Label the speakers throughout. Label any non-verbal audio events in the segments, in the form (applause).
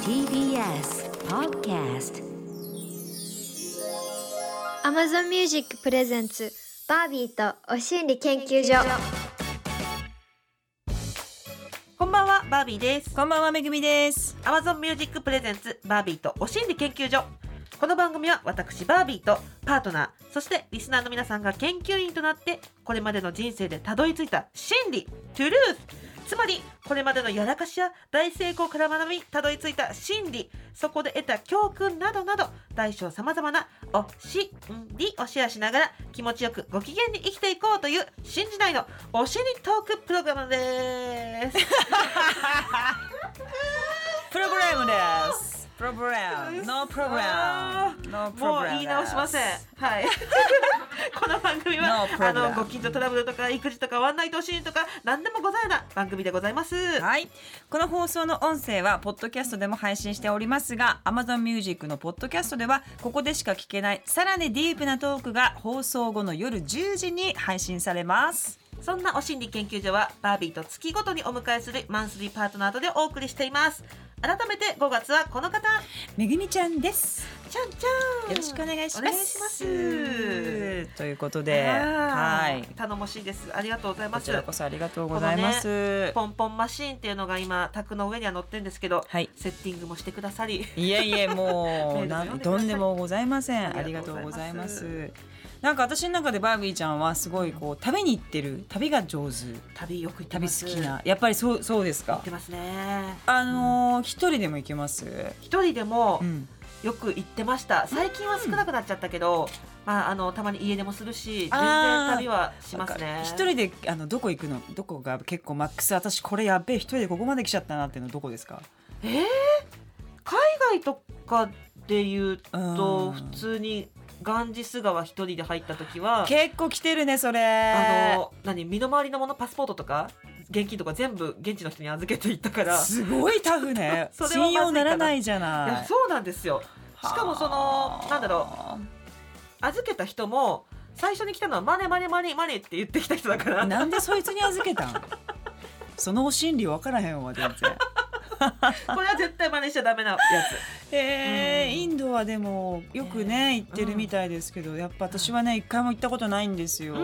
Speaker 1: TBS Podcast
Speaker 2: Amazon Music プレゼンツバービーとお心理研究所
Speaker 3: こんばんは、バービーです。
Speaker 4: こんばんは、めぐみです。
Speaker 3: Amazon Music Presents バービーとお心理研究所。この番組は私、バービーとパートナー、そしてリスナーの皆さんが研究員となって、これまでの人生でたどり着いた真理、トゥルース。つまり、これまでのやらかしや大成功から学び、たどり着いた真理、そこで得た教訓などなど、大小様々なおしんりをシェアしながら、気持ちよくご機嫌に生きていこうという、新時代のおしりトークプログラムです。
Speaker 4: プログラムです。プログラム。ノープログラム。ノープロ
Speaker 3: も
Speaker 4: グ
Speaker 3: う
Speaker 4: ラム。
Speaker 3: 言い直しません。
Speaker 4: (laughs)
Speaker 3: はい。この番組
Speaker 4: No
Speaker 3: は、あ
Speaker 4: problem.
Speaker 3: の、ご近所トラブルとか、育児とか、ワンナイトシーンとか、何でもございな番組でございます。
Speaker 4: はい。この放送の音声は、ポッドキャストでも配信しておりますが、Amazon Music のポッドキャストでは、ここでしか聞けない、さらにディープなトークが放送後の夜10時に配信されます。
Speaker 3: そんなお心理研究所は、バービーと月ごとにお迎えするマンスリーパートナーとでお送りしています。改めて5月はこの方、
Speaker 4: めぐみちゃんです。
Speaker 3: ちゃんちゃん。
Speaker 4: よろしくお願いします。
Speaker 3: お願いします。
Speaker 4: ということで、はい。
Speaker 3: 頼もしいです。ありがとうござい
Speaker 4: こ
Speaker 3: ま
Speaker 4: ち
Speaker 3: す。
Speaker 4: らこそありがとうございます。
Speaker 3: ポンポンマシーンっていうのが今、卓の上には乗ってるんですけど、
Speaker 4: はい。
Speaker 3: セッティングもしてくださり。
Speaker 4: いえいえも
Speaker 3: (laughs) メー
Speaker 4: う
Speaker 3: ルでも
Speaker 4: な
Speaker 3: 読ん
Speaker 4: ん
Speaker 3: でくだ
Speaker 4: と
Speaker 3: さい
Speaker 4: んでもございませんあ
Speaker 3: あ
Speaker 4: り
Speaker 3: り
Speaker 4: が
Speaker 3: が
Speaker 4: と
Speaker 3: と
Speaker 4: う
Speaker 3: うご
Speaker 4: ござ
Speaker 3: ざ
Speaker 4: い
Speaker 3: い
Speaker 4: ま
Speaker 3: ます
Speaker 4: すなんか私の中でバービーちゃんはすごいこう旅に行ってる旅が上手
Speaker 3: 旅よく行って
Speaker 4: 旅
Speaker 3: ます。
Speaker 4: 好きなやっぱりそうそうです
Speaker 3: 行
Speaker 4: か
Speaker 3: ってますね。
Speaker 4: あのー一人でも行けます
Speaker 3: 一人でも
Speaker 4: うん
Speaker 3: よく行ってました。最近は少なくなっちゃったけど、まああのたまに家出もするし、全
Speaker 4: あ
Speaker 3: 然
Speaker 4: ー
Speaker 3: 旅はします
Speaker 4: わか
Speaker 3: ね
Speaker 4: る。一人であのどこ行くのどこが結構マックス私これやっべえ一人でここまで来ちゃったなっていうのどこですか
Speaker 3: えー海外とかで言う
Speaker 4: う
Speaker 3: と
Speaker 4: ん
Speaker 3: 普通にガンジス川一人で入った時は、
Speaker 4: 結構来てるねそれ
Speaker 3: あの何身の回りのものパスポートとか現金とか全部現地の人に預けていったから、
Speaker 4: すごいタフね
Speaker 3: (laughs) それはまず
Speaker 4: 信
Speaker 3: いかな
Speaker 4: 用ならないじゃ
Speaker 3: い
Speaker 4: な
Speaker 3: や
Speaker 4: い
Speaker 3: そうなんですよ。しかもそのなんだろ
Speaker 4: う
Speaker 3: 預けた人も最初に来たのはマネマネマネマネって言ってきた人だから。
Speaker 4: (laughs) なんでそいつに預けたんそのお心理分からへんわ全然
Speaker 3: これは絶対真似しちゃダメなや
Speaker 4: えー
Speaker 3: うん
Speaker 4: インドはでもよくね行ってるみたいですけど、やっぱ私はね一回も行ったことないんですよ、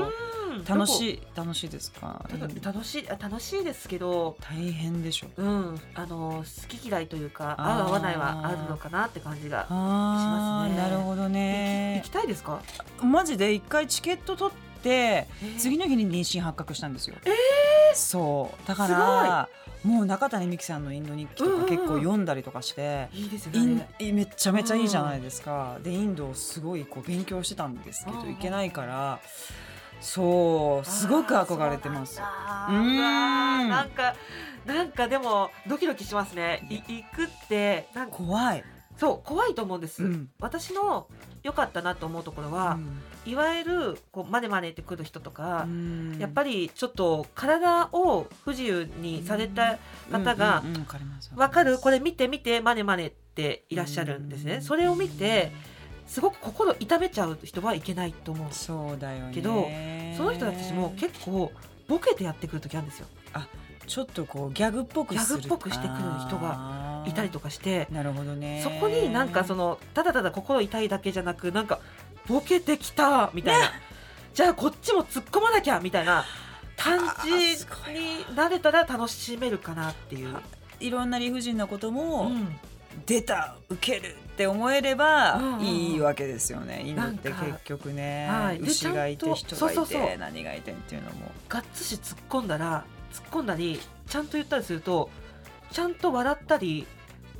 Speaker 3: つ。
Speaker 4: (laughs) 楽
Speaker 3: い。
Speaker 4: しい楽しいですか
Speaker 3: ただ
Speaker 4: インド
Speaker 3: 楽しいあ楽しいですけど、
Speaker 4: 大変でしょ
Speaker 3: うん、あの好き嫌いというか
Speaker 4: あー
Speaker 3: 合う合わないはあるのかなって感じが。
Speaker 4: ああ、
Speaker 3: しますね
Speaker 4: なるほど
Speaker 3: 行き
Speaker 4: ね
Speaker 3: 行きたいですか？
Speaker 4: マジで一回チケット取って次
Speaker 3: の
Speaker 4: の日に妊娠発覚したんですよ、そうだからもう中谷美紀さんの「インド日記」とか結構読んだりとかして、
Speaker 3: いいですよ
Speaker 4: イン
Speaker 3: ね。
Speaker 4: めちゃめちゃいいじゃないですか、でインドをすごいこう勉強してたんですけど
Speaker 3: うん
Speaker 4: 行けないからそうすごく憧れてます
Speaker 3: あ
Speaker 4: う
Speaker 3: ー
Speaker 4: ーん
Speaker 3: うわーなんかなんかでもドキドキしますね。い行くってなんか
Speaker 4: 怖い、
Speaker 3: そう怖いと思うんです。
Speaker 4: うん
Speaker 3: 私の良かったなと思うところ
Speaker 4: う
Speaker 3: は、
Speaker 4: ん
Speaker 3: いわゆるこうマネマネって来る人とか、やっぱ
Speaker 4: り
Speaker 3: りちょっと体を不自由にされた方が
Speaker 4: わかります
Speaker 3: 「わかるこ
Speaker 4: れ
Speaker 3: れ見て見てマネマネ」っていらっしゃるんです
Speaker 4: う
Speaker 3: ね。
Speaker 4: ん
Speaker 3: それを見てすごく心痛めちゃう人はいけないと思う
Speaker 4: そうだよね
Speaker 3: けどその人たちも結構ボケてやってくる時あるんですよ
Speaker 4: ちょっとこうギャグっぽくする
Speaker 3: ギャグっぽくしてくる人
Speaker 4: が
Speaker 3: いたりとかして
Speaker 4: なるほどね
Speaker 3: そこになんかそのただただ心痛いだけじゃなくなんかボケてきたみたいな、じゃあこっちも突っ込まなきゃみたいな感じ
Speaker 4: あーすごい
Speaker 3: になれたら楽しめるかなっていう。
Speaker 4: いろんな理不尽なことも、
Speaker 3: うん
Speaker 4: 出た受けるって思えれば
Speaker 3: うんうんうん
Speaker 4: いいわけですよね、インドって
Speaker 3: なんか
Speaker 4: 結局ね、
Speaker 3: はいで
Speaker 4: 牛がい
Speaker 3: ち
Speaker 4: て
Speaker 3: ゃんと
Speaker 4: 人
Speaker 3: そう
Speaker 4: がいて
Speaker 3: そうそう
Speaker 4: 何がいてっていうのも (laughs)
Speaker 3: がっつし突っ込んだら突っ込んだりちゃんと言ったりするとちゃんと笑ったり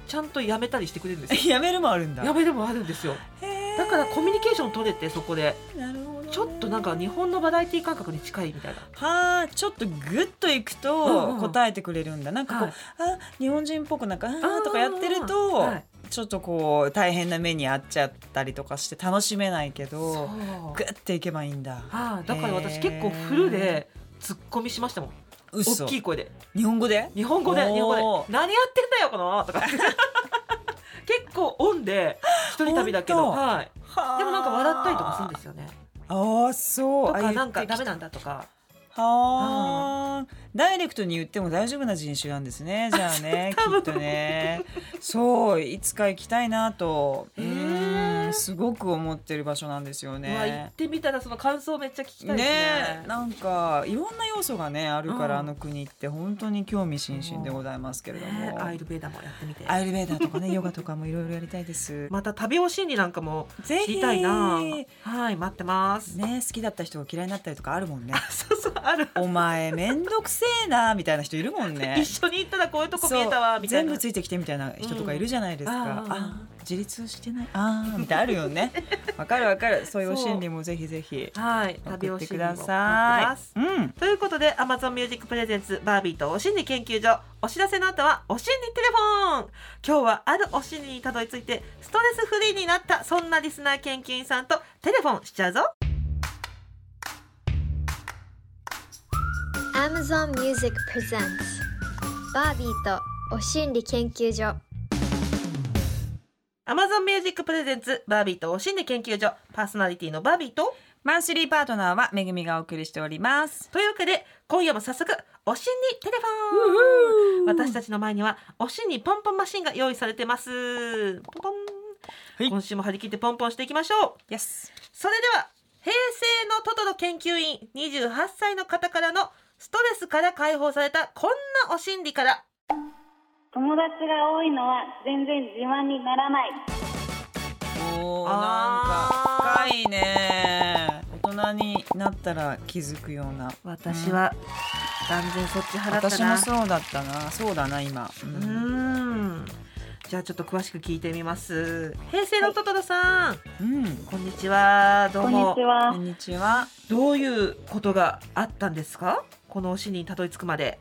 Speaker 3: ちゃんとやめたりしてくれるんですよ
Speaker 4: やめるもあるん
Speaker 3: (laughs)
Speaker 4: だ
Speaker 3: やめでもあるんですよ
Speaker 4: へー
Speaker 3: だからコミュニケーション取れてそこで
Speaker 4: なるほどね
Speaker 3: ちょっとなんか日本のバラエティ感覚に近いみたいな
Speaker 4: はあちょっとグッといく
Speaker 3: うん
Speaker 4: と
Speaker 3: うん
Speaker 4: 答えてくれるんだ、なんかこう、
Speaker 3: はい
Speaker 4: あ日本人っぽくなんかあ
Speaker 3: うんうん
Speaker 4: ーとかやってると、
Speaker 3: はい
Speaker 4: ちょっとこう大変な目に遭っちゃったりとかして楽しめないけ
Speaker 3: そう
Speaker 4: どグッていけばいいんだ
Speaker 3: はいだから
Speaker 4: へ
Speaker 3: 私
Speaker 4: ー
Speaker 3: 結構フルで突っ込みしましたもん
Speaker 4: 嘘
Speaker 3: 大きい声で
Speaker 4: 日本語で
Speaker 3: 日本語で
Speaker 4: おー
Speaker 3: 日本語で何やってんだよこの (laughs) とか結構オンで一人旅だけど、
Speaker 4: 本当
Speaker 3: はい、でもなんか笑ったりとかするんですよね
Speaker 4: ああそう
Speaker 3: と
Speaker 4: あ
Speaker 3: か
Speaker 4: 言って
Speaker 3: なんか
Speaker 4: きた
Speaker 3: ダメなんだとか
Speaker 4: はあ、ダイレクトに言っても大丈夫な人種なんですね。じゃあね、
Speaker 3: (laughs) 多
Speaker 4: き
Speaker 3: 分
Speaker 4: っとね。そう、いつか行きたいなと、う
Speaker 3: へえ
Speaker 4: ーん、すごく思ってる場所なんですよ
Speaker 3: うわ行
Speaker 4: ね
Speaker 3: っ。てみたらその感想めっちゃ聞きたいです
Speaker 4: ね
Speaker 3: ね。
Speaker 4: なんかいろんな要素がねあるから、
Speaker 3: うん
Speaker 4: あの国って本当に興味津々でございますけれども、
Speaker 3: ねアイルベーダーもやってみて。
Speaker 4: アイルベーダーとかねヨガとかもいろいろやりたいです。
Speaker 3: (laughs) また旅を心理なんかも
Speaker 4: ぜ
Speaker 3: 知りたいな。はい、待ってます。
Speaker 4: ね好きだった人が嫌いになったりとかあるもんね
Speaker 3: そうそう、ある。
Speaker 4: お前めんどくせえなみたいな人いるもんね
Speaker 3: (laughs) 一緒に行ったらこういうとこ見えたわ
Speaker 4: そう
Speaker 3: みたいな。
Speaker 4: 全部ついてきてみたいな人とかいるじゃないですか、
Speaker 3: うん
Speaker 4: あ
Speaker 3: ああ
Speaker 4: あ自立してないああみたいなある
Speaker 3: (laughs)
Speaker 4: よねわかるわかるそういう心理もぜひぜひ
Speaker 3: はい、旅
Speaker 4: 送っ
Speaker 3: を
Speaker 4: て
Speaker 3: 心理も
Speaker 4: くだ
Speaker 3: 待ってま
Speaker 4: さ
Speaker 3: す。
Speaker 4: いうん
Speaker 3: ということで Amazon Music Presents バービーとお心理研究所お知らせの後はお心理テレフォン今日はあるお心理にたどり着いてストレスフリーになったそんなリスナー研究員さんとテレフォンしちゃうぞ
Speaker 2: Amazon Music Presents バービーとお心理研究所
Speaker 3: Amazon Music Presents バービーとお心理研究所パーソナリティのバービーと
Speaker 4: マンスリーパートナーはめぐみがお送りしております
Speaker 3: というわけで今夜も早速お心理テレフォン私たちの前にはお心理ポンポンマシンが用意されてますポンポン、
Speaker 4: はい
Speaker 3: 今週も張り切ってポンポンしていきましょう
Speaker 4: Yes
Speaker 3: それでは平成のトトロ研究員28歳の方からのストレスから解放されたこんなお心理から
Speaker 1: 友達が多いのは全然自慢にならない
Speaker 4: おーなん
Speaker 3: あー
Speaker 4: か深いね大人になったら気づくような
Speaker 3: 私は断然そっち払ったな
Speaker 4: 私もそうだったなそうだな今、う
Speaker 3: うーんじゃあちょっと詳しく聞いてみます平成のトトロさん、
Speaker 4: うん、
Speaker 3: こんにちはど
Speaker 1: こ
Speaker 3: うん
Speaker 1: に
Speaker 3: も
Speaker 1: ち
Speaker 4: こ
Speaker 1: は
Speaker 4: んにちは
Speaker 3: どういうことがあったんですかこのお心理にたどり着くまで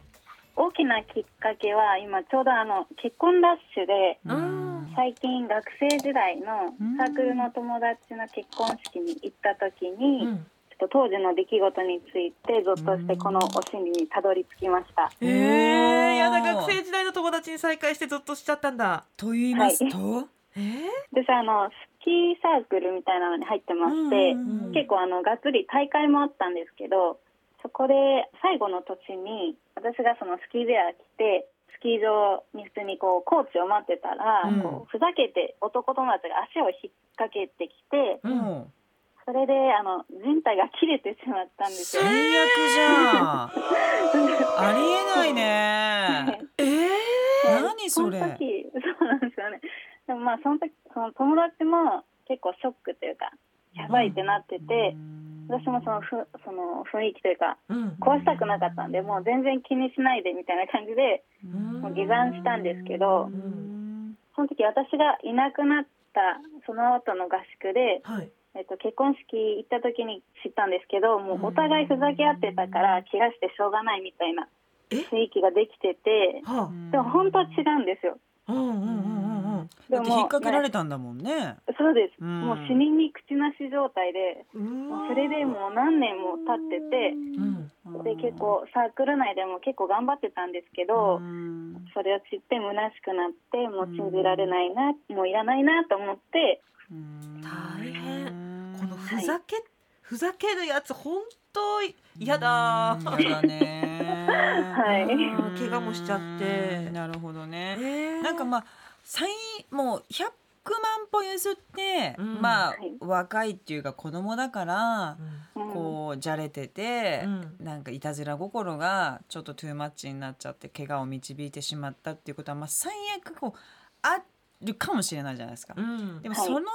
Speaker 1: 大きなきっかけは今ちょうどあの結婚ラッシュで
Speaker 3: うん
Speaker 1: 最近学生時代の
Speaker 4: うん
Speaker 1: サークルの友達の結婚式に行った時に、
Speaker 3: ん
Speaker 1: ちょっと当時の出来事についてゾッとしてこのお心理にたどり着きました
Speaker 3: え
Speaker 4: おー
Speaker 3: ー、やだ学生時代の友達に再会してゾッとしちゃったんだ
Speaker 4: と言いますと、
Speaker 3: えー、
Speaker 1: 私あのスキーサークルみたいなのに入ってまして、
Speaker 4: うんうん
Speaker 1: 結構あのがっつり大会もあったんですけどそこで最後の年に私がそのスキーウェア着てスキー場に普通にこうコーチを待ってたら、
Speaker 4: うん
Speaker 1: こうふざけて男友達が足を引っ掛けてきて
Speaker 4: う
Speaker 3: うん
Speaker 4: ん、
Speaker 1: それであの人体が切れてしまったんですよ
Speaker 4: 最。悪じゃんありえないね
Speaker 3: えー、
Speaker 4: 何そ
Speaker 1: の
Speaker 4: れ
Speaker 1: 時そうなんですよねでもまあその時その友達も結構ショックというかやばいってなってて、私もそのふその雰囲気というか
Speaker 3: うん
Speaker 1: 壊したくなかったんでもう全然気にしないでみたいな感じで
Speaker 3: もう
Speaker 1: 下山したんですけど
Speaker 4: うん
Speaker 1: その時私がいなくなったその後の合宿で、
Speaker 3: はい
Speaker 1: えっと、結婚式行った時に知ったんですけどもうお互いふざけ合ってたから怪我してしょうがないみたいな
Speaker 3: え
Speaker 1: 雰囲気ができてて
Speaker 3: はあ
Speaker 1: でも本当は違うんですよ。
Speaker 3: うんうんうんうんうん
Speaker 4: だっ
Speaker 1: でも
Speaker 4: て引っ掛けられたんだもんね
Speaker 1: そうです、
Speaker 4: うん
Speaker 1: もう死人に口なし状態でもうそれでもう何年も経ってて
Speaker 3: うん
Speaker 1: で結構サークル内でも結構頑張ってたんですけど、
Speaker 4: うん
Speaker 1: それを知って虚しくなってもう信じられないな、もういらないなと思って
Speaker 4: うん
Speaker 3: 大変この
Speaker 4: うん
Speaker 3: ふざけ、ふざけるやつ本当嫌だ
Speaker 4: うん嫌だね
Speaker 1: はい
Speaker 4: うん
Speaker 3: 怪我もしちゃって
Speaker 4: なるほどね
Speaker 3: えー
Speaker 4: なんかまあ最もう100万歩譲って、
Speaker 3: うん
Speaker 4: まあ、
Speaker 1: はい
Speaker 4: 若いっていうか子供だから
Speaker 3: う、ん
Speaker 1: うん
Speaker 4: こうじゃれてて
Speaker 3: う、ん
Speaker 4: なんかいたずら心がちょっとトゥーマッチになっちゃって怪我を導いてしまったっていうことは、まあ、最悪こうあるかもしれないじゃないですか。
Speaker 3: うん
Speaker 4: でも
Speaker 1: はい
Speaker 4: その後処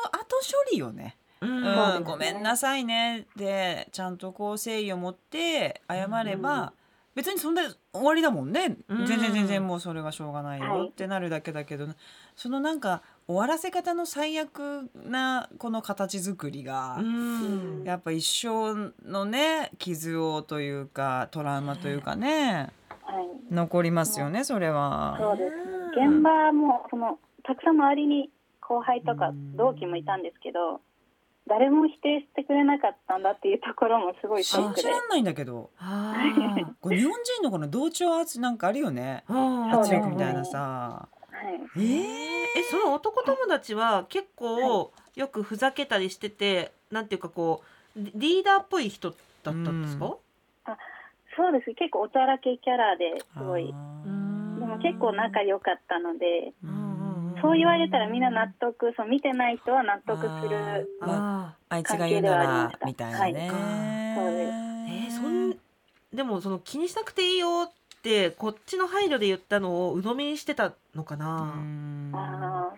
Speaker 4: 理よね、
Speaker 3: うん
Speaker 1: そうです
Speaker 4: うん、
Speaker 1: ね
Speaker 4: ごめんなさいねでちゃんとこう誠意を持って謝れば、
Speaker 1: うん
Speaker 4: 別にそんな終わりだもんね、
Speaker 3: うん
Speaker 4: 全然全然もうそれはしょうがない
Speaker 1: は
Speaker 4: よ
Speaker 1: い
Speaker 4: ってなるだけだけど、そのなんか終わらせ方の最悪なこの形作りが、
Speaker 3: うん
Speaker 4: やっぱ一生のね傷をというかトラウマというかね
Speaker 1: はい、
Speaker 4: 残りますよねそれは。
Speaker 1: そうですね現場もそのたくさん周りに後輩とか同期もいたんですけど誰も否定してくれなかったんだっていうところもすごいショ
Speaker 4: 信
Speaker 1: ック
Speaker 4: じ
Speaker 1: で
Speaker 4: らんないんだけど
Speaker 3: あ
Speaker 4: こう日本人のこの同調圧なんかあるよね
Speaker 3: ーうん
Speaker 1: そう
Speaker 4: 圧
Speaker 1: ですね
Speaker 4: 力みたいなさ。
Speaker 1: は
Speaker 4: え
Speaker 1: い
Speaker 4: ー
Speaker 3: えその男友達は結構よくふざけたりしててなんていうかこうリリーダーっぽい人だったんですか、
Speaker 1: あそうです結構おちゃらけキャラですごいでも結構仲良かったのでそう言われたらみんな納得そう見てない人は納得する
Speaker 4: あーまあ、あいつが言うならみたいなね、
Speaker 1: はいそうで
Speaker 3: え
Speaker 1: す
Speaker 3: ーそんでもその気にしなくていいよってこっちの配慮で言ったのを鵜呑みにしてたのかな、
Speaker 4: うん
Speaker 1: あ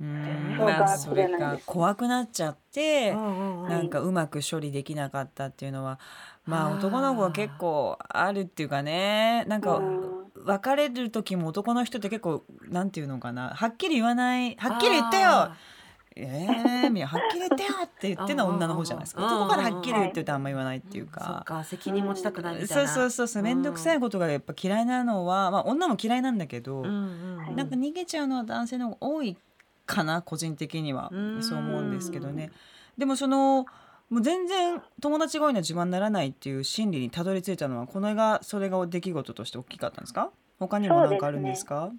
Speaker 4: うん
Speaker 1: そうか
Speaker 4: まあそれ
Speaker 1: もしれない
Speaker 4: が
Speaker 1: です
Speaker 4: 怖くなっちゃって、
Speaker 3: うんうんうん
Speaker 4: なんかうまく処理できなかったっていうのはまあ
Speaker 3: あー
Speaker 4: 男の子は結構あるっていうかねなん
Speaker 1: あ
Speaker 4: か別れる時も男の人って結構なんていうのかなはっきり言わないはっきり言ってよ
Speaker 3: あ
Speaker 4: ええー、みやはっきり言ってよって言ってるのは女の方じゃないですか
Speaker 3: うんうんうん
Speaker 4: 男からはっきり言ってるとあんま言わないっていう
Speaker 3: ーそっ
Speaker 4: か。
Speaker 3: か責任持ちたくないみたい
Speaker 4: そ
Speaker 3: な、
Speaker 4: うそうそうそう面倒くさいことがやっぱ嫌いなのは、まあ、女も嫌いなんだけど、
Speaker 3: うんうんうん
Speaker 4: なんか逃げちゃうのは男性の方が多いかな個人的には
Speaker 3: うん
Speaker 4: そう思うんですけどねでもそのもう全然友達が多いのは自慢にならないっていう心理にたどり着いたのはこのがそれが出来事として大きかったんですか他にも何かあるんですか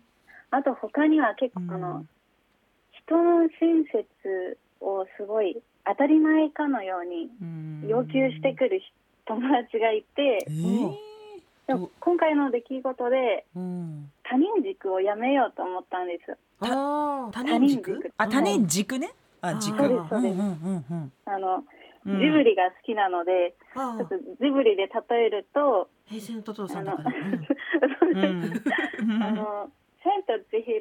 Speaker 1: あと他には結構あの、人の親切をすごい当たり前かのように
Speaker 4: うん
Speaker 1: 要求してくる人友達がいて
Speaker 4: えー
Speaker 1: で
Speaker 4: どう
Speaker 1: も今回の出来事で
Speaker 4: うん
Speaker 1: 他人軸をやめようと思ったんですよ
Speaker 3: あー他人
Speaker 1: 他人
Speaker 3: 軸
Speaker 1: 軸
Speaker 4: あ他人軸ねあ
Speaker 3: あ
Speaker 4: 軸
Speaker 3: そう
Speaker 1: ですそうです
Speaker 4: んうん
Speaker 1: あの、
Speaker 4: うんうん
Speaker 1: ジブリが好きなので
Speaker 3: あ
Speaker 1: ち
Speaker 3: ー
Speaker 1: ょっとジブリで例えると
Speaker 3: 平成のトトロさんだから、
Speaker 1: あ
Speaker 3: うん
Speaker 4: うん
Speaker 1: あの「千と千尋」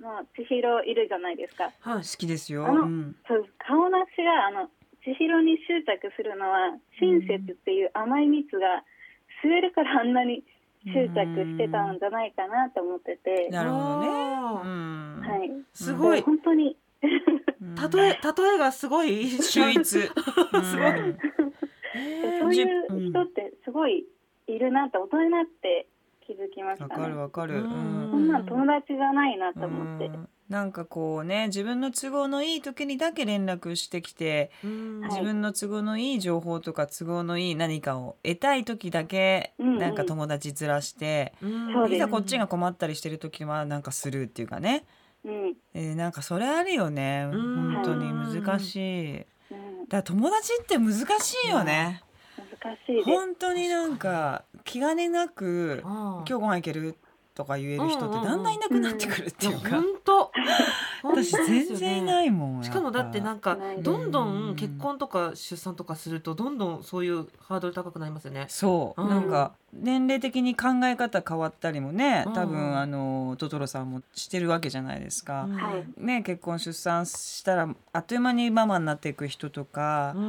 Speaker 1: の千尋いるじゃないですか
Speaker 3: はい
Speaker 4: 好きですよ
Speaker 1: あの
Speaker 4: うん
Speaker 1: そう顔なしがあの千尋に執着するのは親切っていう甘い蜜が吸えるからあんなに執着してたんじゃないかなと思ってて、
Speaker 4: なるほどね
Speaker 3: あ
Speaker 4: う
Speaker 3: ー
Speaker 4: ん
Speaker 1: はい、
Speaker 3: すごい
Speaker 1: 本当に
Speaker 4: うん
Speaker 3: 例え例えがすごい
Speaker 4: 秀 (laughs) 逸す
Speaker 3: い
Speaker 4: ご
Speaker 1: で
Speaker 3: え
Speaker 1: そう
Speaker 3: ー
Speaker 1: いう人ってすごいいるなって大人になって気づきまし
Speaker 4: わ
Speaker 1: た
Speaker 4: かる
Speaker 1: ね。
Speaker 4: わかる、
Speaker 3: う
Speaker 4: うんん
Speaker 1: そんなん友達じゃないなと思って
Speaker 4: う、んなんかこうね自分の都合のいい時にだけ連絡してきて
Speaker 3: うん
Speaker 1: はい
Speaker 4: 自分の都合のいい情報とか都合のいい何かを得たい時だけ
Speaker 1: うん
Speaker 4: なんか友達ずらして、
Speaker 3: うん
Speaker 1: そうです
Speaker 4: いざこっちが困ったりしてる時はなんかスルーっていうかね、
Speaker 1: うん
Speaker 4: えーなんかそれあるよね
Speaker 3: うん
Speaker 4: 本当に難しい
Speaker 1: うん、
Speaker 4: だから友達って難しいよね
Speaker 1: 難しいです。
Speaker 4: 本当になんか気兼ねなく
Speaker 3: 今
Speaker 4: 今日ご飯行けるとか言える人ってだんだんいなくなってくるっていうか、
Speaker 3: 本当
Speaker 4: 私全然いないいもん、
Speaker 3: しかもだってなんんか
Speaker 1: ない
Speaker 3: どんど
Speaker 4: うんん
Speaker 3: 結婚とか出産とかするとどんどんそういうハードル高くなりますよね。
Speaker 4: そう、
Speaker 3: うん
Speaker 4: なんか年齢的に考え方変わったりもね
Speaker 3: うん
Speaker 4: 多分あのトトロさんもしてるわけじゃないですか、
Speaker 1: はい
Speaker 4: ね結婚出産したらあっという間にママになっていく人とか
Speaker 3: う、ん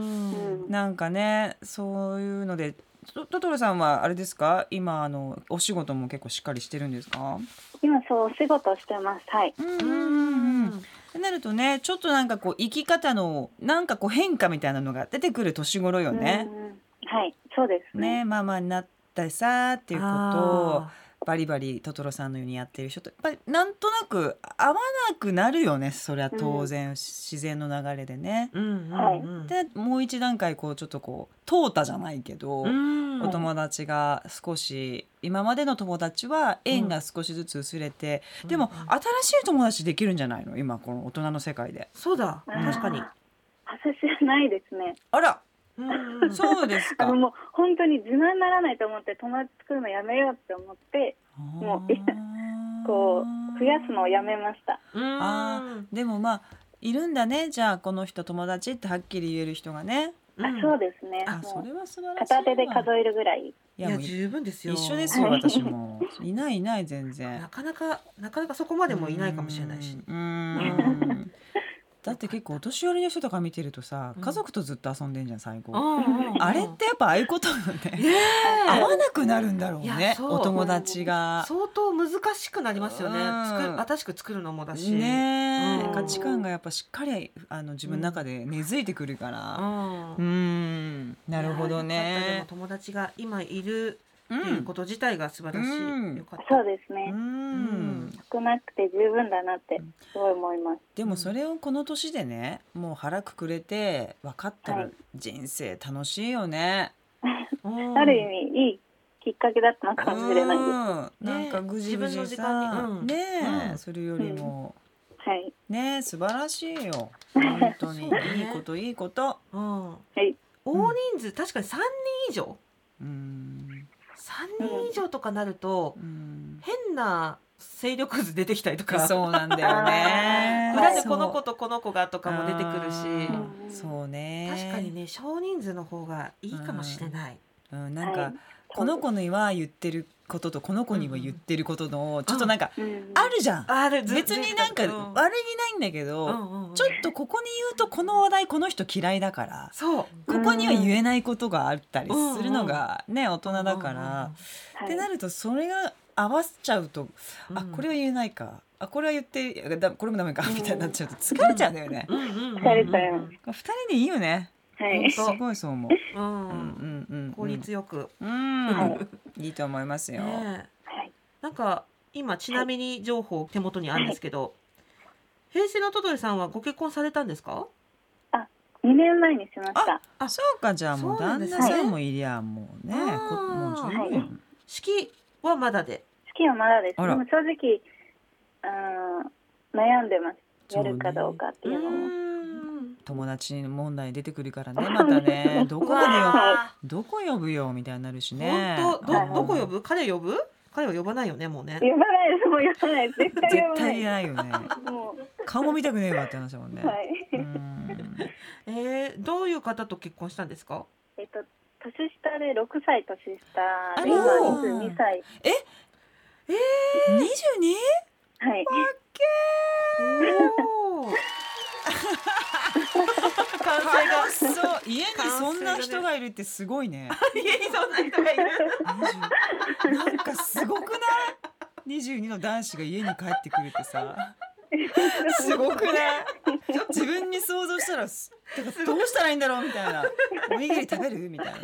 Speaker 1: うん
Speaker 4: なんかねそういうのでトトトロさんはあれですか今あのお仕事も結構しっかりしてるんですか、
Speaker 1: 今そうお仕事してます。はい。
Speaker 4: うん
Speaker 3: う
Speaker 4: うんうんうんってなるとねちょっとなんかこう生き方のなんかこう変化みたいなのが出てくる年頃よね。
Speaker 1: うんはい、そうですね。
Speaker 4: ねママになったさーっていうことを
Speaker 3: あ
Speaker 4: バリバリトトロさんのようにやってる人とやっぱりなんとなく合わなくなるよねそりゃ当然、自然の流れでね。
Speaker 3: ーうんうん
Speaker 1: はい
Speaker 3: うん
Speaker 4: でもう一段階こうちょっとこう淘汰じゃないけど。
Speaker 3: うん
Speaker 4: お友達が少し今までの友達は縁が少しずつ薄れて、でも
Speaker 3: うん
Speaker 4: 新しい友達できるんじゃないの今この大人の世界で
Speaker 3: そうだ
Speaker 1: あー
Speaker 3: 確かに。
Speaker 1: 私はないですね。
Speaker 4: あら
Speaker 3: うんうん
Speaker 4: そうです
Speaker 1: あ
Speaker 4: か
Speaker 1: のもう本当に自慢にならないと思って友達作るのやめようって思ってもういやこう増やすのをやめました。
Speaker 3: うん
Speaker 4: あでもまあいるんだねじゃあこの人友達ってはっきり言える人がね
Speaker 1: あ
Speaker 3: うん
Speaker 1: そうですね。
Speaker 4: あそ
Speaker 1: も
Speaker 4: れ
Speaker 1: う
Speaker 4: は素晴らしいわ
Speaker 1: 片手で数えるぐらい。
Speaker 4: い
Speaker 3: い
Speaker 4: やも
Speaker 3: や
Speaker 4: う
Speaker 3: 十分ですよ。
Speaker 4: 一緒ですよ
Speaker 1: はい
Speaker 4: 私もいないいない全然
Speaker 3: なかなかなかなかそこまでもいないかもしれないし。
Speaker 4: うーんだって結構お年寄りの人とか見てるとさ
Speaker 3: うん
Speaker 4: 家族とずっと遊んでんじゃん最後
Speaker 3: うんうん
Speaker 4: あれってやっぱああいうことよね
Speaker 3: ねえ
Speaker 4: 合わなくなるんだろう
Speaker 3: いや
Speaker 4: ね
Speaker 3: そう
Speaker 4: お友達が
Speaker 3: 相当難しくなりますよね。
Speaker 4: うん
Speaker 3: 作る新しく作るのもだし。
Speaker 4: ね
Speaker 3: うん
Speaker 4: え価値観がやっぱしっかりあの自分の中で根付いてくるか
Speaker 3: う
Speaker 4: ら
Speaker 3: ん
Speaker 4: うー。んなるほ
Speaker 3: いやよかったで
Speaker 4: ど
Speaker 3: も
Speaker 4: ね
Speaker 3: 友達が今いる
Speaker 4: う
Speaker 3: っていうこ
Speaker 4: ん
Speaker 3: と自体が素晴らしい。
Speaker 4: うん
Speaker 3: よかっ
Speaker 1: そ
Speaker 3: た。
Speaker 1: うですね。
Speaker 4: うん
Speaker 1: 少なくて十分だなってすごい思います。
Speaker 4: でもそれをこの年でねもう腹くくれて分かって
Speaker 1: はい
Speaker 4: る人生楽しいよね。
Speaker 3: うん
Speaker 1: ある意味いいきっかけだったのかもしれないです。
Speaker 4: うん
Speaker 3: ね
Speaker 4: なんかぐじぐじ
Speaker 3: 自分の時
Speaker 4: さ、
Speaker 3: 間にうん
Speaker 4: ねえ、
Speaker 3: うん
Speaker 4: それよりも、
Speaker 1: はい。
Speaker 4: ねえ素晴らしい
Speaker 3: (laughs)
Speaker 4: よ本当に、
Speaker 3: そうだね
Speaker 4: いいこといいこと。
Speaker 3: うん
Speaker 1: はい。
Speaker 3: 大人数確かに三人以上。
Speaker 4: うん
Speaker 3: 3人以上とかなると
Speaker 4: うん
Speaker 3: 変な勢力図出てきたりとか
Speaker 4: そうなんだよね
Speaker 3: (laughs) 裏でこの子とこの子がとかも出てくるし
Speaker 1: あ
Speaker 4: うんそうね
Speaker 3: 確かにね少人数の方がいいかもしれない。
Speaker 4: うん、なんか、
Speaker 1: はい
Speaker 4: この子には言ってることとこの子には言ってることのちょっとなんか
Speaker 1: うん
Speaker 4: あるじゃん
Speaker 3: ある
Speaker 4: 別になんか悪気ないんだけどちょっ
Speaker 3: と
Speaker 4: とここに言うとこの話題この人嫌いだから
Speaker 3: そう
Speaker 4: ここには言えないことがあったりするのがね大人だからってな
Speaker 1: る
Speaker 4: るとそれが合わせちゃうとあこれは言えないかあこれは言っていやだこれもダメか
Speaker 1: うん
Speaker 4: みたいになっちゃうと疲れちゃうんだよね
Speaker 3: 疲
Speaker 1: 疲れちゃいま
Speaker 4: 二
Speaker 1: す
Speaker 4: 人でいいよね
Speaker 1: はい
Speaker 4: すごいそう思ううんうんうんうん
Speaker 3: 効率よく。
Speaker 4: うんいいと思いますよ
Speaker 3: ねえ
Speaker 1: はい
Speaker 3: なんか今ちなみに情報手元にあるんですけど、平成のとどりさんはご結婚されたんですか？
Speaker 1: 2年前にしました
Speaker 4: あそうかじゃあもう
Speaker 3: そうなんで
Speaker 4: 旦
Speaker 3: すね
Speaker 4: 那さんもいりゃもうねこ
Speaker 3: あー
Speaker 4: もう十分
Speaker 3: 式はまだで。
Speaker 1: 式はまだです
Speaker 4: あ
Speaker 1: で
Speaker 4: ら
Speaker 1: も正直うん悩んでます
Speaker 4: そう
Speaker 1: や
Speaker 4: ね
Speaker 1: るかどうかっていうのも
Speaker 3: ん。
Speaker 4: 友達の問題出てくるからねまたね
Speaker 3: (laughs)
Speaker 4: どこまでよ
Speaker 1: は
Speaker 4: どこ呼ぶよみたいになるしね
Speaker 3: 本当
Speaker 1: はいはい
Speaker 3: どどこ呼ぶ？彼呼ぶ？彼は呼ばないよねもうね。
Speaker 1: 呼ばないですもう呼ばないです絶対
Speaker 4: 絶
Speaker 1: 呼ばな
Speaker 4: 対言え
Speaker 1: いで
Speaker 4: ないよね
Speaker 1: すも
Speaker 4: 顔も見たくねえわって話だもんね
Speaker 3: (laughs)
Speaker 1: うはい
Speaker 4: うん
Speaker 3: えー、どういう方と結婚したんですか？
Speaker 1: えっと年下で6歳年下
Speaker 4: あ
Speaker 1: で今
Speaker 4: ら
Speaker 1: 22歳
Speaker 4: 22?
Speaker 1: はい
Speaker 4: (laughs)
Speaker 3: おー
Speaker 4: あ
Speaker 3: 完成が。
Speaker 4: そう家にそんな人がいるってすごいね
Speaker 3: 家にそんな人がいる。
Speaker 4: 20なんかすごくない22の男子が家に帰ってくるっ
Speaker 3: (laughs)
Speaker 4: てさすごくない自分に想像したらすてかどうしたらいいんだろうみたいなおにぎり食べるみ (laughs) たいなち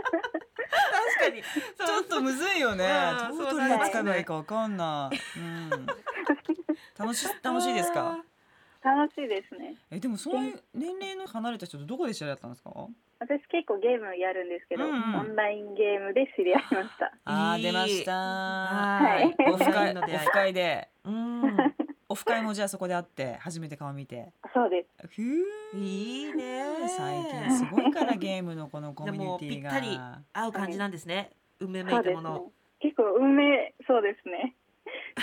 Speaker 3: 確かに。そ
Speaker 4: ょ
Speaker 3: う
Speaker 4: っとむずいよね
Speaker 3: うん
Speaker 4: どう取り扱えばいいかわかんない、うん、楽し楽しいですか。
Speaker 1: 楽しいですね
Speaker 4: えでもそういう年齢の離れた人とどこで知り合ったんですか
Speaker 1: 私結構ゲームやるんですけど、
Speaker 4: うんうん
Speaker 1: オンラインゲームで知り合いました
Speaker 4: あー
Speaker 3: いい
Speaker 4: 出ました
Speaker 3: はい
Speaker 4: オフ
Speaker 3: オ
Speaker 4: 会
Speaker 3: ンライン
Speaker 4: オ
Speaker 3: の出会い
Speaker 4: フ会で
Speaker 3: うん。
Speaker 4: オフ会もじゃあそこで会って初めて顔見て
Speaker 1: そうです
Speaker 4: ふー
Speaker 3: いいね。
Speaker 4: 最近すごいからゲームのこのコミュニティが
Speaker 3: でもぴった合う感じなんですね。梅め
Speaker 1: そ
Speaker 3: いうた
Speaker 1: です
Speaker 3: もの
Speaker 1: ね
Speaker 3: を。
Speaker 1: 結構運命そうですね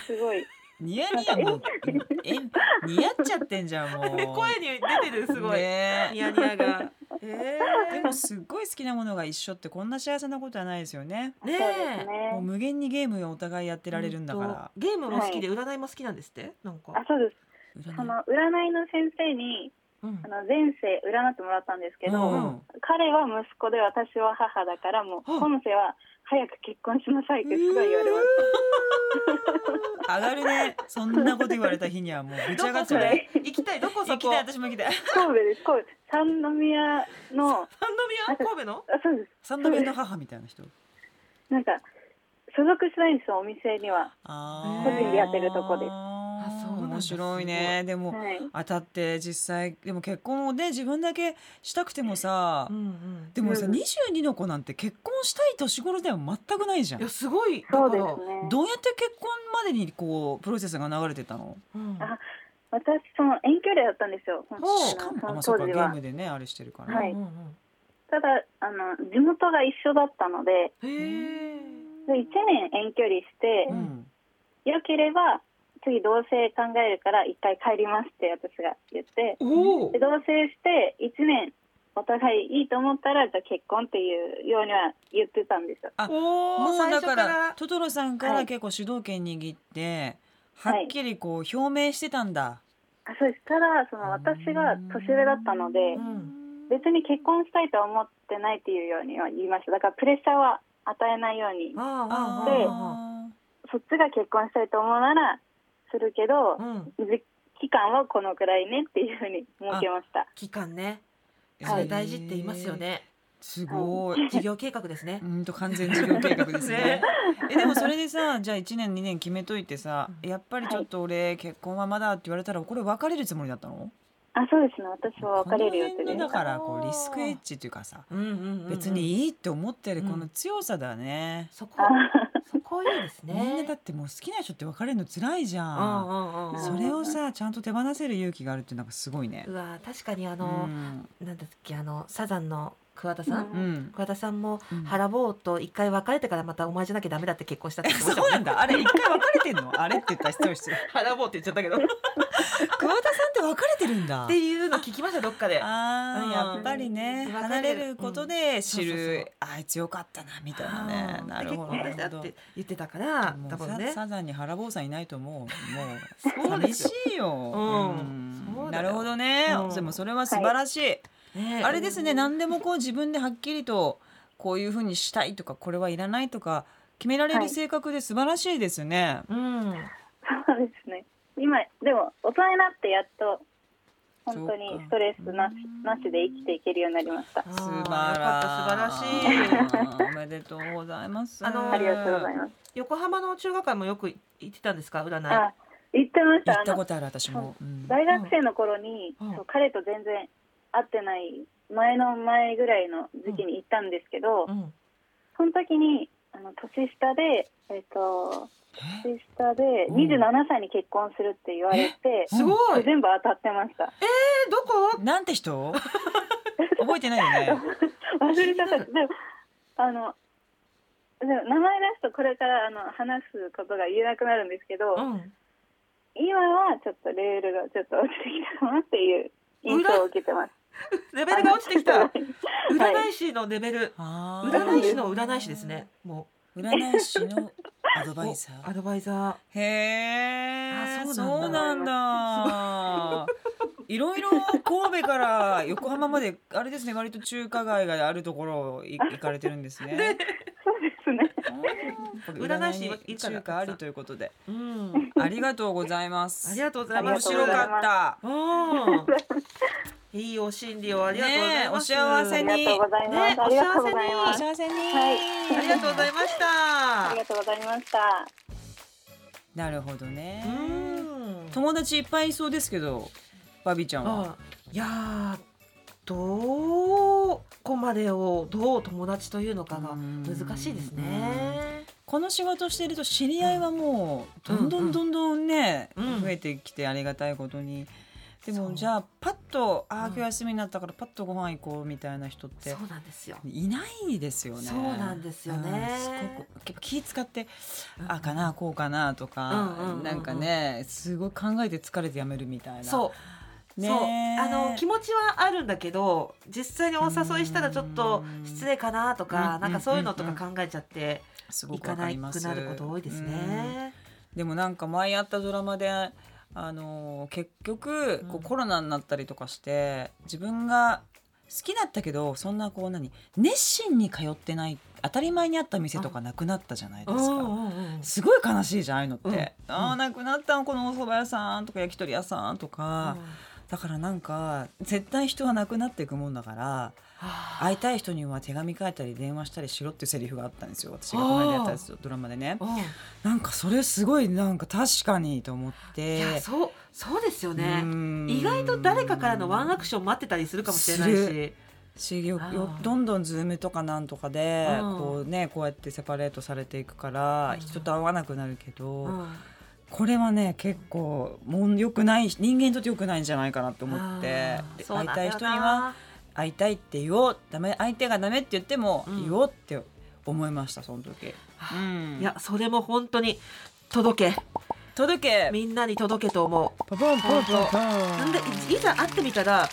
Speaker 1: すごい
Speaker 4: ニヤニヤもうえ似合っちゃってんじゃんもう
Speaker 3: (laughs) 声に出てるすごい。
Speaker 4: ね
Speaker 3: ニヤニヤが。え
Speaker 4: えでもすっごい好きなものが一緒ってこんな幸せなことはないですよね
Speaker 3: え。ね
Speaker 1: そうです
Speaker 3: え。
Speaker 4: もう
Speaker 1: ね
Speaker 4: 無限にゲームをお互いやってられるんだから
Speaker 3: うんとゲームも好きで占いも好きなんですって。なん
Speaker 1: あ
Speaker 3: か。
Speaker 1: そうです
Speaker 4: 占い
Speaker 1: その占いの先生に
Speaker 3: うん
Speaker 1: あ。の前世占ってもらったんですけど、
Speaker 4: うん
Speaker 1: 彼は息子で私は母だからもう
Speaker 3: うん
Speaker 1: 今世は早く結婚しなさいってすごい言われまし
Speaker 4: 上がるねそんなこと言われた日にはもうぶち上
Speaker 3: ど
Speaker 4: が
Speaker 3: こ
Speaker 4: っち
Speaker 3: そ
Speaker 4: ゃうね
Speaker 3: れ。行きたい。どこそこ。
Speaker 4: 行きたい私も行きたい
Speaker 1: た神戸です神戸三宮のあ
Speaker 3: 三宮神戸の。
Speaker 1: そうです
Speaker 4: 三度目の母みたいな人
Speaker 1: なんか所属しないんですよお店には
Speaker 4: あー
Speaker 3: 個人でや
Speaker 1: ってるとこです
Speaker 4: あ
Speaker 3: そうなんだ
Speaker 4: 面白いねでも
Speaker 1: はい
Speaker 4: 当たって実際でも結婚をね自分だけしたくてもさ、
Speaker 3: うんうん。
Speaker 4: でもさ、
Speaker 1: うん
Speaker 4: 22の子なんて結婚したい年頃では全くないじゃん
Speaker 3: いやすごい。だか
Speaker 1: そ
Speaker 3: ら
Speaker 1: うですね
Speaker 4: どうやって結婚までにこうプロセスが流れてたの
Speaker 3: うん
Speaker 1: あ私その遠距離だったんですよその
Speaker 3: ほう
Speaker 4: しかもあ
Speaker 1: あ
Speaker 4: まあ
Speaker 1: の
Speaker 4: そ
Speaker 1: そ
Speaker 4: っかゲ
Speaker 1: の当時
Speaker 4: ー
Speaker 1: は
Speaker 4: ムでねあれしてるから、
Speaker 1: は
Speaker 4: ね
Speaker 1: い
Speaker 3: うんうん
Speaker 1: ただあの地元が一緒だったので
Speaker 3: うん。へえ。
Speaker 1: で1年遠距離して
Speaker 4: う、ん
Speaker 1: 良ければ次同棲考えるから一回帰りますって私が言って
Speaker 3: おお
Speaker 1: で。同棲して1年お互いいいと思ったらじゃあ結婚っていうようには言ってたんですよ。
Speaker 3: お
Speaker 4: も
Speaker 3: お。
Speaker 4: う
Speaker 3: 最
Speaker 4: だ
Speaker 3: 初か
Speaker 4: か
Speaker 3: らら。
Speaker 4: トトロさんか
Speaker 1: は
Speaker 4: ら
Speaker 1: い
Speaker 4: 結構主導権握って、
Speaker 1: はい
Speaker 4: はっきりこう表明してたんだ、
Speaker 1: あそうですただその私が年上だったので
Speaker 3: うん
Speaker 1: 別に結婚したいとは思ってないっていうようには言いましただからプレッシャーは与えないように
Speaker 3: あ
Speaker 4: あ
Speaker 3: あ
Speaker 4: ー
Speaker 1: で
Speaker 3: あ
Speaker 1: そっちが結婚したいと思うならするけど
Speaker 3: あ。うん。
Speaker 1: じ期間はこのくらいねっていうふうに設けました。
Speaker 3: 期間ね。
Speaker 4: えー
Speaker 3: それ大事って言いますよね。
Speaker 4: すごい
Speaker 3: 事業計画ですね
Speaker 4: う。んと完全事業計画ですね
Speaker 3: ね。
Speaker 4: えでもそれでさじゃあ1年2年決めといてさ
Speaker 3: う
Speaker 4: やっぱりちょっと俺結婚はまだって言われたらこれ別れるつもりだったの
Speaker 1: あそうですね私は別れる予定
Speaker 4: この辺
Speaker 1: で
Speaker 4: の
Speaker 1: す
Speaker 4: だ。からこうリスクエッジっていうかさ
Speaker 3: うんうんうん。
Speaker 4: 別にいいって思ってるこの強さだね。
Speaker 3: そこ
Speaker 1: あ (laughs)
Speaker 3: そこいいです
Speaker 4: み
Speaker 3: ね。
Speaker 4: んなだってもう好きな人って別れるの辛いじ
Speaker 3: う
Speaker 4: ゃ
Speaker 3: ん
Speaker 4: ん。
Speaker 3: うんうんうん。
Speaker 4: それをさちゃんと手放せる勇気があるってなんかすごいね
Speaker 3: う。わ確かにあ
Speaker 4: う
Speaker 3: の、
Speaker 4: ん
Speaker 3: なんだっけあのサザンの桑田さん、
Speaker 1: うん
Speaker 4: ん。
Speaker 3: 桑田さんも
Speaker 4: うん
Speaker 3: 腹棒と一回別れてからまたお前じゃなきゃダメだって結婚したって
Speaker 4: え
Speaker 3: 言ってまし
Speaker 4: (laughs)
Speaker 3: た
Speaker 4: そう
Speaker 3: もん
Speaker 4: なん
Speaker 3: ね
Speaker 4: だ。あれ一回別れてんの？あれって言ったら失
Speaker 3: (laughs)
Speaker 4: 礼失礼。
Speaker 3: 腹棒って言っちゃったけどっ
Speaker 4: 桑田さんって別れてるんだ。
Speaker 3: ていうの聞きましたどっかで
Speaker 4: あ
Speaker 3: うん
Speaker 4: あやっぱりね
Speaker 3: 別れる
Speaker 4: 離れることで知
Speaker 3: うんそうそう
Speaker 4: るあいつよかったなみたいなね
Speaker 3: あー
Speaker 4: なるほど
Speaker 3: で
Speaker 4: な
Speaker 3: 結婚した
Speaker 4: る
Speaker 3: っ
Speaker 4: ほど
Speaker 3: て言ってたから
Speaker 4: もう
Speaker 3: 多分
Speaker 4: さ
Speaker 3: ね
Speaker 4: サザンに原坊さんいないともうも
Speaker 3: そうう
Speaker 4: 寂
Speaker 3: です
Speaker 4: し
Speaker 3: よ
Speaker 4: いよ、
Speaker 3: うんそうだ
Speaker 4: な
Speaker 3: よ
Speaker 4: るほどね、
Speaker 3: うん
Speaker 4: でもそれは素晴らしい、
Speaker 3: ね
Speaker 4: あれですね何でもこう自分ではっきりとこういうふうにしたいとかこれはいらないとか決められ
Speaker 1: は
Speaker 4: る
Speaker 1: い
Speaker 4: 性格で素晴らしいですね、
Speaker 3: うん
Speaker 1: そうですね今でも大人になってやっと本当
Speaker 4: そう
Speaker 1: に
Speaker 4: か
Speaker 1: ストレスなし
Speaker 4: うん
Speaker 1: なしで生きていけるようになりました
Speaker 3: あー
Speaker 4: 素晴
Speaker 3: よかった素晴らしい
Speaker 4: らしいおめでとうございます
Speaker 3: あのー
Speaker 1: ありがとうございます
Speaker 3: 横浜の中学会もよく行ってたんですか占い
Speaker 1: あ行ってまし
Speaker 4: 行
Speaker 1: た
Speaker 4: った
Speaker 1: あ
Speaker 4: こ
Speaker 1: の
Speaker 4: とある私も、うん
Speaker 1: 大学生の頃に、
Speaker 3: うん
Speaker 1: そう彼と全然会ってない前の前ぐらいの時期に行ったんですけど、
Speaker 3: うん
Speaker 1: その時にあの年下でえっ、と
Speaker 4: え
Speaker 1: 年下で
Speaker 4: うん
Speaker 1: 27歳に結婚するって言われて、
Speaker 3: すごい
Speaker 1: 全部当たってました
Speaker 3: えどこ
Speaker 4: なんて人覚えてないよね
Speaker 1: (laughs) 忘れちゃったでもあのでも名前出すとこれからあの話すことが言えなくなるんですけど、
Speaker 3: うん
Speaker 1: 今はちょっとレールがちょっと落ちてきたかなっていう印象を受けてます
Speaker 3: レベルが落ちてきた (laughs) 占
Speaker 1: い
Speaker 3: い師のレベル
Speaker 4: あー
Speaker 3: 占い師の占い師ですねも
Speaker 4: 占い師
Speaker 1: (laughs)
Speaker 4: のア
Speaker 3: う
Speaker 4: ドバイザ
Speaker 3: おア
Speaker 4: ー
Speaker 3: ドバイザ
Speaker 4: へえ
Speaker 3: あ
Speaker 4: そ
Speaker 3: そうう
Speaker 4: な
Speaker 1: なんん
Speaker 4: だ
Speaker 1: (laughs)
Speaker 4: いろいろ神戸から横浜まであれですね割と中華街があるところい行かれてるんですね
Speaker 1: そう (laughs) ですね
Speaker 4: あー
Speaker 3: 占い師
Speaker 4: 占いに
Speaker 3: いたら
Speaker 4: 中華ありということで
Speaker 3: ーうん
Speaker 4: ありがとうございます
Speaker 3: ありがとうござい
Speaker 4: 面
Speaker 3: ます
Speaker 4: 白かった
Speaker 3: (laughs) うんいいお心理をありがとうございます、
Speaker 4: ねえお幸せ
Speaker 1: あ
Speaker 4: に
Speaker 1: りがとうございます、
Speaker 3: ね
Speaker 1: ありがとうござい
Speaker 3: お
Speaker 1: ま
Speaker 4: お
Speaker 1: す
Speaker 4: 幸せに、
Speaker 1: はい
Speaker 3: ありがとうございまし
Speaker 1: あ
Speaker 3: た
Speaker 1: りがとうございました
Speaker 4: なるほどね
Speaker 3: うん
Speaker 4: 友達いっぱいいそうですけどバビーちゃんは
Speaker 3: あいやーどこまでをどう友達というのかが難しいですね。
Speaker 4: この仕事してると知り合いはもうどんどんどんどんね、
Speaker 3: うんうん
Speaker 4: 増えてきてありがたいことにで
Speaker 3: そ
Speaker 4: も
Speaker 3: う
Speaker 4: じゃあパッとあ
Speaker 3: う
Speaker 4: ー
Speaker 3: ん
Speaker 4: 今日休みになったからパッとご飯行こうみたいな人って
Speaker 3: そうなんですよ。
Speaker 4: いないですよね
Speaker 3: そうなんですよね
Speaker 4: うんすごくやっぱ気使って
Speaker 3: うん
Speaker 4: あかなこうかなとか、
Speaker 3: うんうんうんうん
Speaker 4: なんかねすごい考えて疲れてやめるみたいな
Speaker 3: そう。
Speaker 4: ね
Speaker 3: そうあの気持ちはあるんだけど実際にお誘いしたらちょっと失礼かなと
Speaker 4: う
Speaker 3: か
Speaker 4: ん
Speaker 3: なんかそういうのとか考えちゃって
Speaker 4: すご
Speaker 3: 行
Speaker 4: く
Speaker 3: か
Speaker 4: わか
Speaker 3: な
Speaker 4: り
Speaker 3: く
Speaker 4: ます
Speaker 3: なること多いです
Speaker 4: うん
Speaker 3: ね。
Speaker 4: でもなんか前やったドラマであのー結局こ
Speaker 3: うん
Speaker 4: うコロナになったりとかして、自分が好きだったけどそんなこう何熱心に通ってない当たり前にあった店とかなくなったじゃないです
Speaker 3: うん
Speaker 4: か。
Speaker 3: うんうん
Speaker 4: すごい悲しいじゃんああいうのって、
Speaker 3: うん
Speaker 4: あ
Speaker 3: う
Speaker 4: あ
Speaker 3: ん
Speaker 4: なくなったこのお蕎麦屋さんとか焼き鳥屋さんとか、だからなんか絶対人はなくなっていくもんだから
Speaker 3: あ
Speaker 4: 会いたい人には手紙書いたり電話したりしろっていうセリフがあったんですよ私がこの間やったんですよドラマでね。
Speaker 3: うん
Speaker 4: なんかそれすごいなんか確かにと思って
Speaker 3: いやそうそうですよね。
Speaker 4: ね
Speaker 3: 意外と誰かからのワンアク
Speaker 4: シ
Speaker 3: ション待ってたりするかもしれない
Speaker 4: す
Speaker 3: し。
Speaker 4: ョンよ
Speaker 3: あー
Speaker 4: よどんどんズームとかなんとかで
Speaker 3: うん
Speaker 4: こうねこうやってセパレートされていくから
Speaker 3: うん
Speaker 4: 人と会わなくなるけ
Speaker 3: う
Speaker 4: ど
Speaker 3: ん
Speaker 4: これはね結構もう良くない人間にとって良くないんじゃないかなと思ってで
Speaker 3: そうな
Speaker 4: 会
Speaker 3: ん
Speaker 4: い
Speaker 3: だ
Speaker 4: たい
Speaker 3: よな
Speaker 4: 人には会いたいって言おうダメ相手がダメって言っても
Speaker 3: うん
Speaker 4: 言おうって思いましたその時。うん
Speaker 3: いやそれも本当に届け
Speaker 4: 届け
Speaker 3: みんなに届けと思
Speaker 4: ポポンポンポンポン
Speaker 3: うなんでいいざ会ってみたら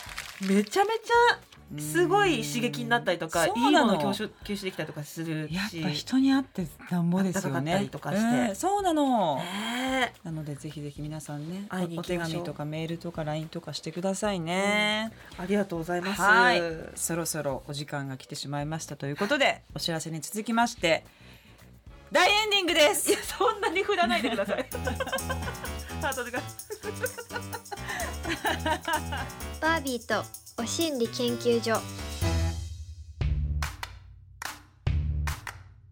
Speaker 3: めちゃめちゃすごい刺激になったりとかい
Speaker 4: そう
Speaker 3: い
Speaker 4: な
Speaker 3: も
Speaker 4: の
Speaker 3: のを吸収吸収できたりとかするし
Speaker 4: やっぱ人に会ってなんぼですよね。
Speaker 3: 暖かかったりとかして
Speaker 4: うんそうなの。
Speaker 3: ね
Speaker 4: なのでぜひぜひ皆さんね、
Speaker 3: 会いに行
Speaker 4: おお
Speaker 3: き
Speaker 4: 手
Speaker 3: ましょう
Speaker 4: 紙とかメールとか LINE とかしてくださいね。
Speaker 3: えありがとうございます
Speaker 4: はい、そろそろお時間が来てしまいましたということで、お知らせに続きまして、大エンディングです。
Speaker 3: やそんなに振らないでくださいハートルが
Speaker 2: バービーとお心理研究所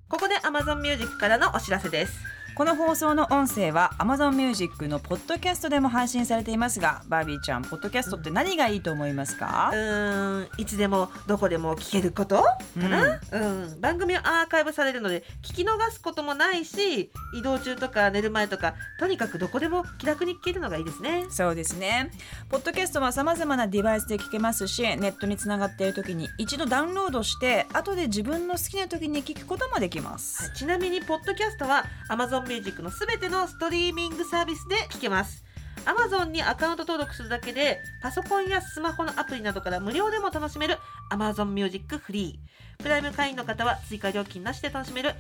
Speaker 3: ここで Amazon Music からのお知らせです
Speaker 4: (laughs) この放送の音声は Amazon Music のポッドキャストでも配信されていますがバービーちゃんポッドキャストって何がいいと思いますか
Speaker 3: う、ーんいつでもどこでも聞けることかな、うん番組はアーカイブされるので聞き逃すこともないし移動中とか寝る前とかとにかくどこでも気楽に聞けるのがいいですね。
Speaker 4: そうですねポッドキャストはさまざまなデバイスで聞けますしネットにつながっている時に一度ダウンロードして後で自分の好きな時に聞くこともできます、
Speaker 3: はいちなみにポッドキャストは Amazon Music のすべてのストリーミングサービスで聞けます。Amazon にアカウント登録するだけでパソコンやスマホのアプリなどから無料でも楽しめる Amazon Music フリー。プライム会員の方は追加料金なしで楽しめる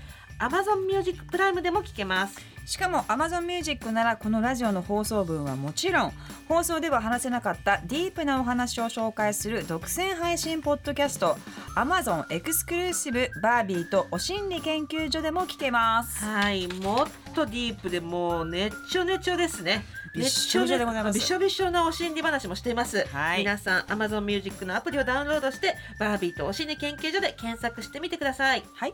Speaker 3: Amazon Music プライムでも聞けます。
Speaker 4: しかも Amazon Music ならこのラジオの放送分はもちろん放送では話せなかったディープなお話を紹介する独占配信ポッドキャスト Amazon エクスクルーシブバービーとお心理研究所でも聞けます
Speaker 3: はい、もっとディープでもう熱中熱中ですね。
Speaker 4: びっしょびしょでございます
Speaker 3: びしょびしょなお心理話もしています。
Speaker 4: はい
Speaker 3: 皆さん Amazon Music のアプリをダウンロードしてバービーとお心理研究所で検索してみてください。
Speaker 4: はい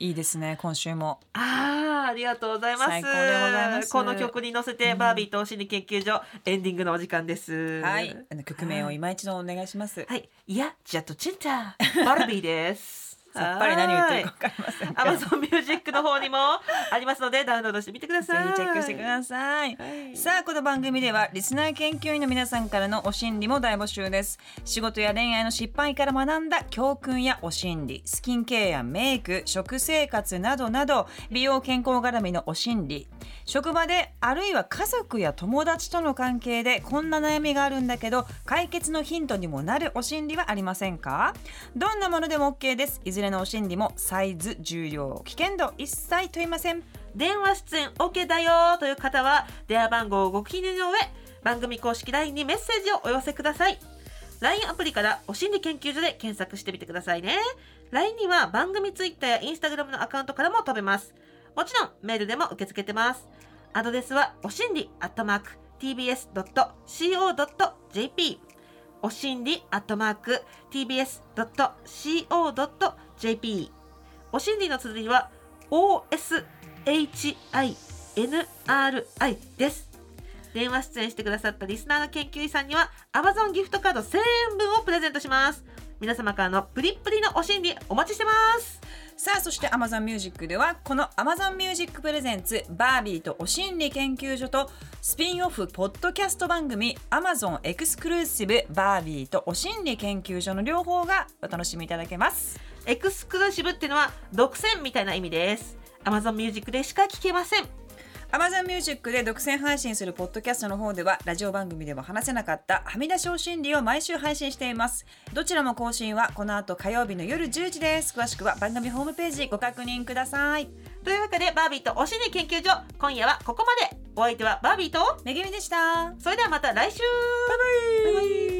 Speaker 4: いいですね今週も
Speaker 3: あーありがとうございます。
Speaker 4: 最高でございます
Speaker 3: この曲に乗せて、
Speaker 4: うん
Speaker 3: バービーとお心理研究所エンディングのお時間です。
Speaker 4: はいあの曲名を今一度お願いします
Speaker 3: はい。いやじゃとちん
Speaker 4: (laughs)
Speaker 3: たバービーです。
Speaker 4: さっぱり何を言ってるか分かりません
Speaker 3: ア
Speaker 4: から
Speaker 3: マゾンミュージックの方にもありますのでダウンロードしてみてくだ
Speaker 4: ぜ
Speaker 3: さい。
Speaker 4: ひチェックしてください。さあこの番組ではリスナー研究員の皆さんからのお心理も大募集です仕事や恋愛の失敗から学んだ教訓やお心理スキンケアやメイク食生活などなど美容健康絡みのお心理職場であるいは家族や友達との関係でこんな悩みがあるんだけど解決のヒントにもなるお心理はありませんかどんなものでも OK ですいずれのお心理もサイズ重量危険度一切問いません
Speaker 3: 電話出演 OK だよという方は電話番号をご記入の上番組公式 LINE にメッセージをお寄せください LINE アプリからお心理研究所で検索してみてくださいね LINE には番組 Twitter や Instagram のアカウントからも飛べますもちろんメールでも受け付けてますアドレスはお心理アットマーク tbs.co.jp お心理アットマーク tbs.co.jp お心理の綴りは OSHINRI です電話出演してくださったリスナーの研究員さんには Amazon ギフトカード1000円分をプレゼントします皆様からのプリップリのお心理お待ちしてます
Speaker 4: さあそして Amazon Music ではこの Amazon Music プレゼンツバービーとお心理研究所とスピンオフポッドキャスト番組 Amazon エクスクルーシブバービーとお心理研究所の両方がお楽しみいただけます
Speaker 3: エクスクルーシブっていうのは独占みたいな意味です Amazon ミュージックでしか聞けません
Speaker 4: Amazon Music で独占配信するポッドキャストの方ではラジオ番組でも話せなかったはみ出しお心理を毎週配信していますどちらも更新はこの後火曜日の夜10時です詳しくは番組ホームページご確認ください
Speaker 3: というわけでバービーとお心理研究所今夜はここまでお相手はバービーと
Speaker 4: めぐみでした
Speaker 3: それではまた来週
Speaker 4: バイバイ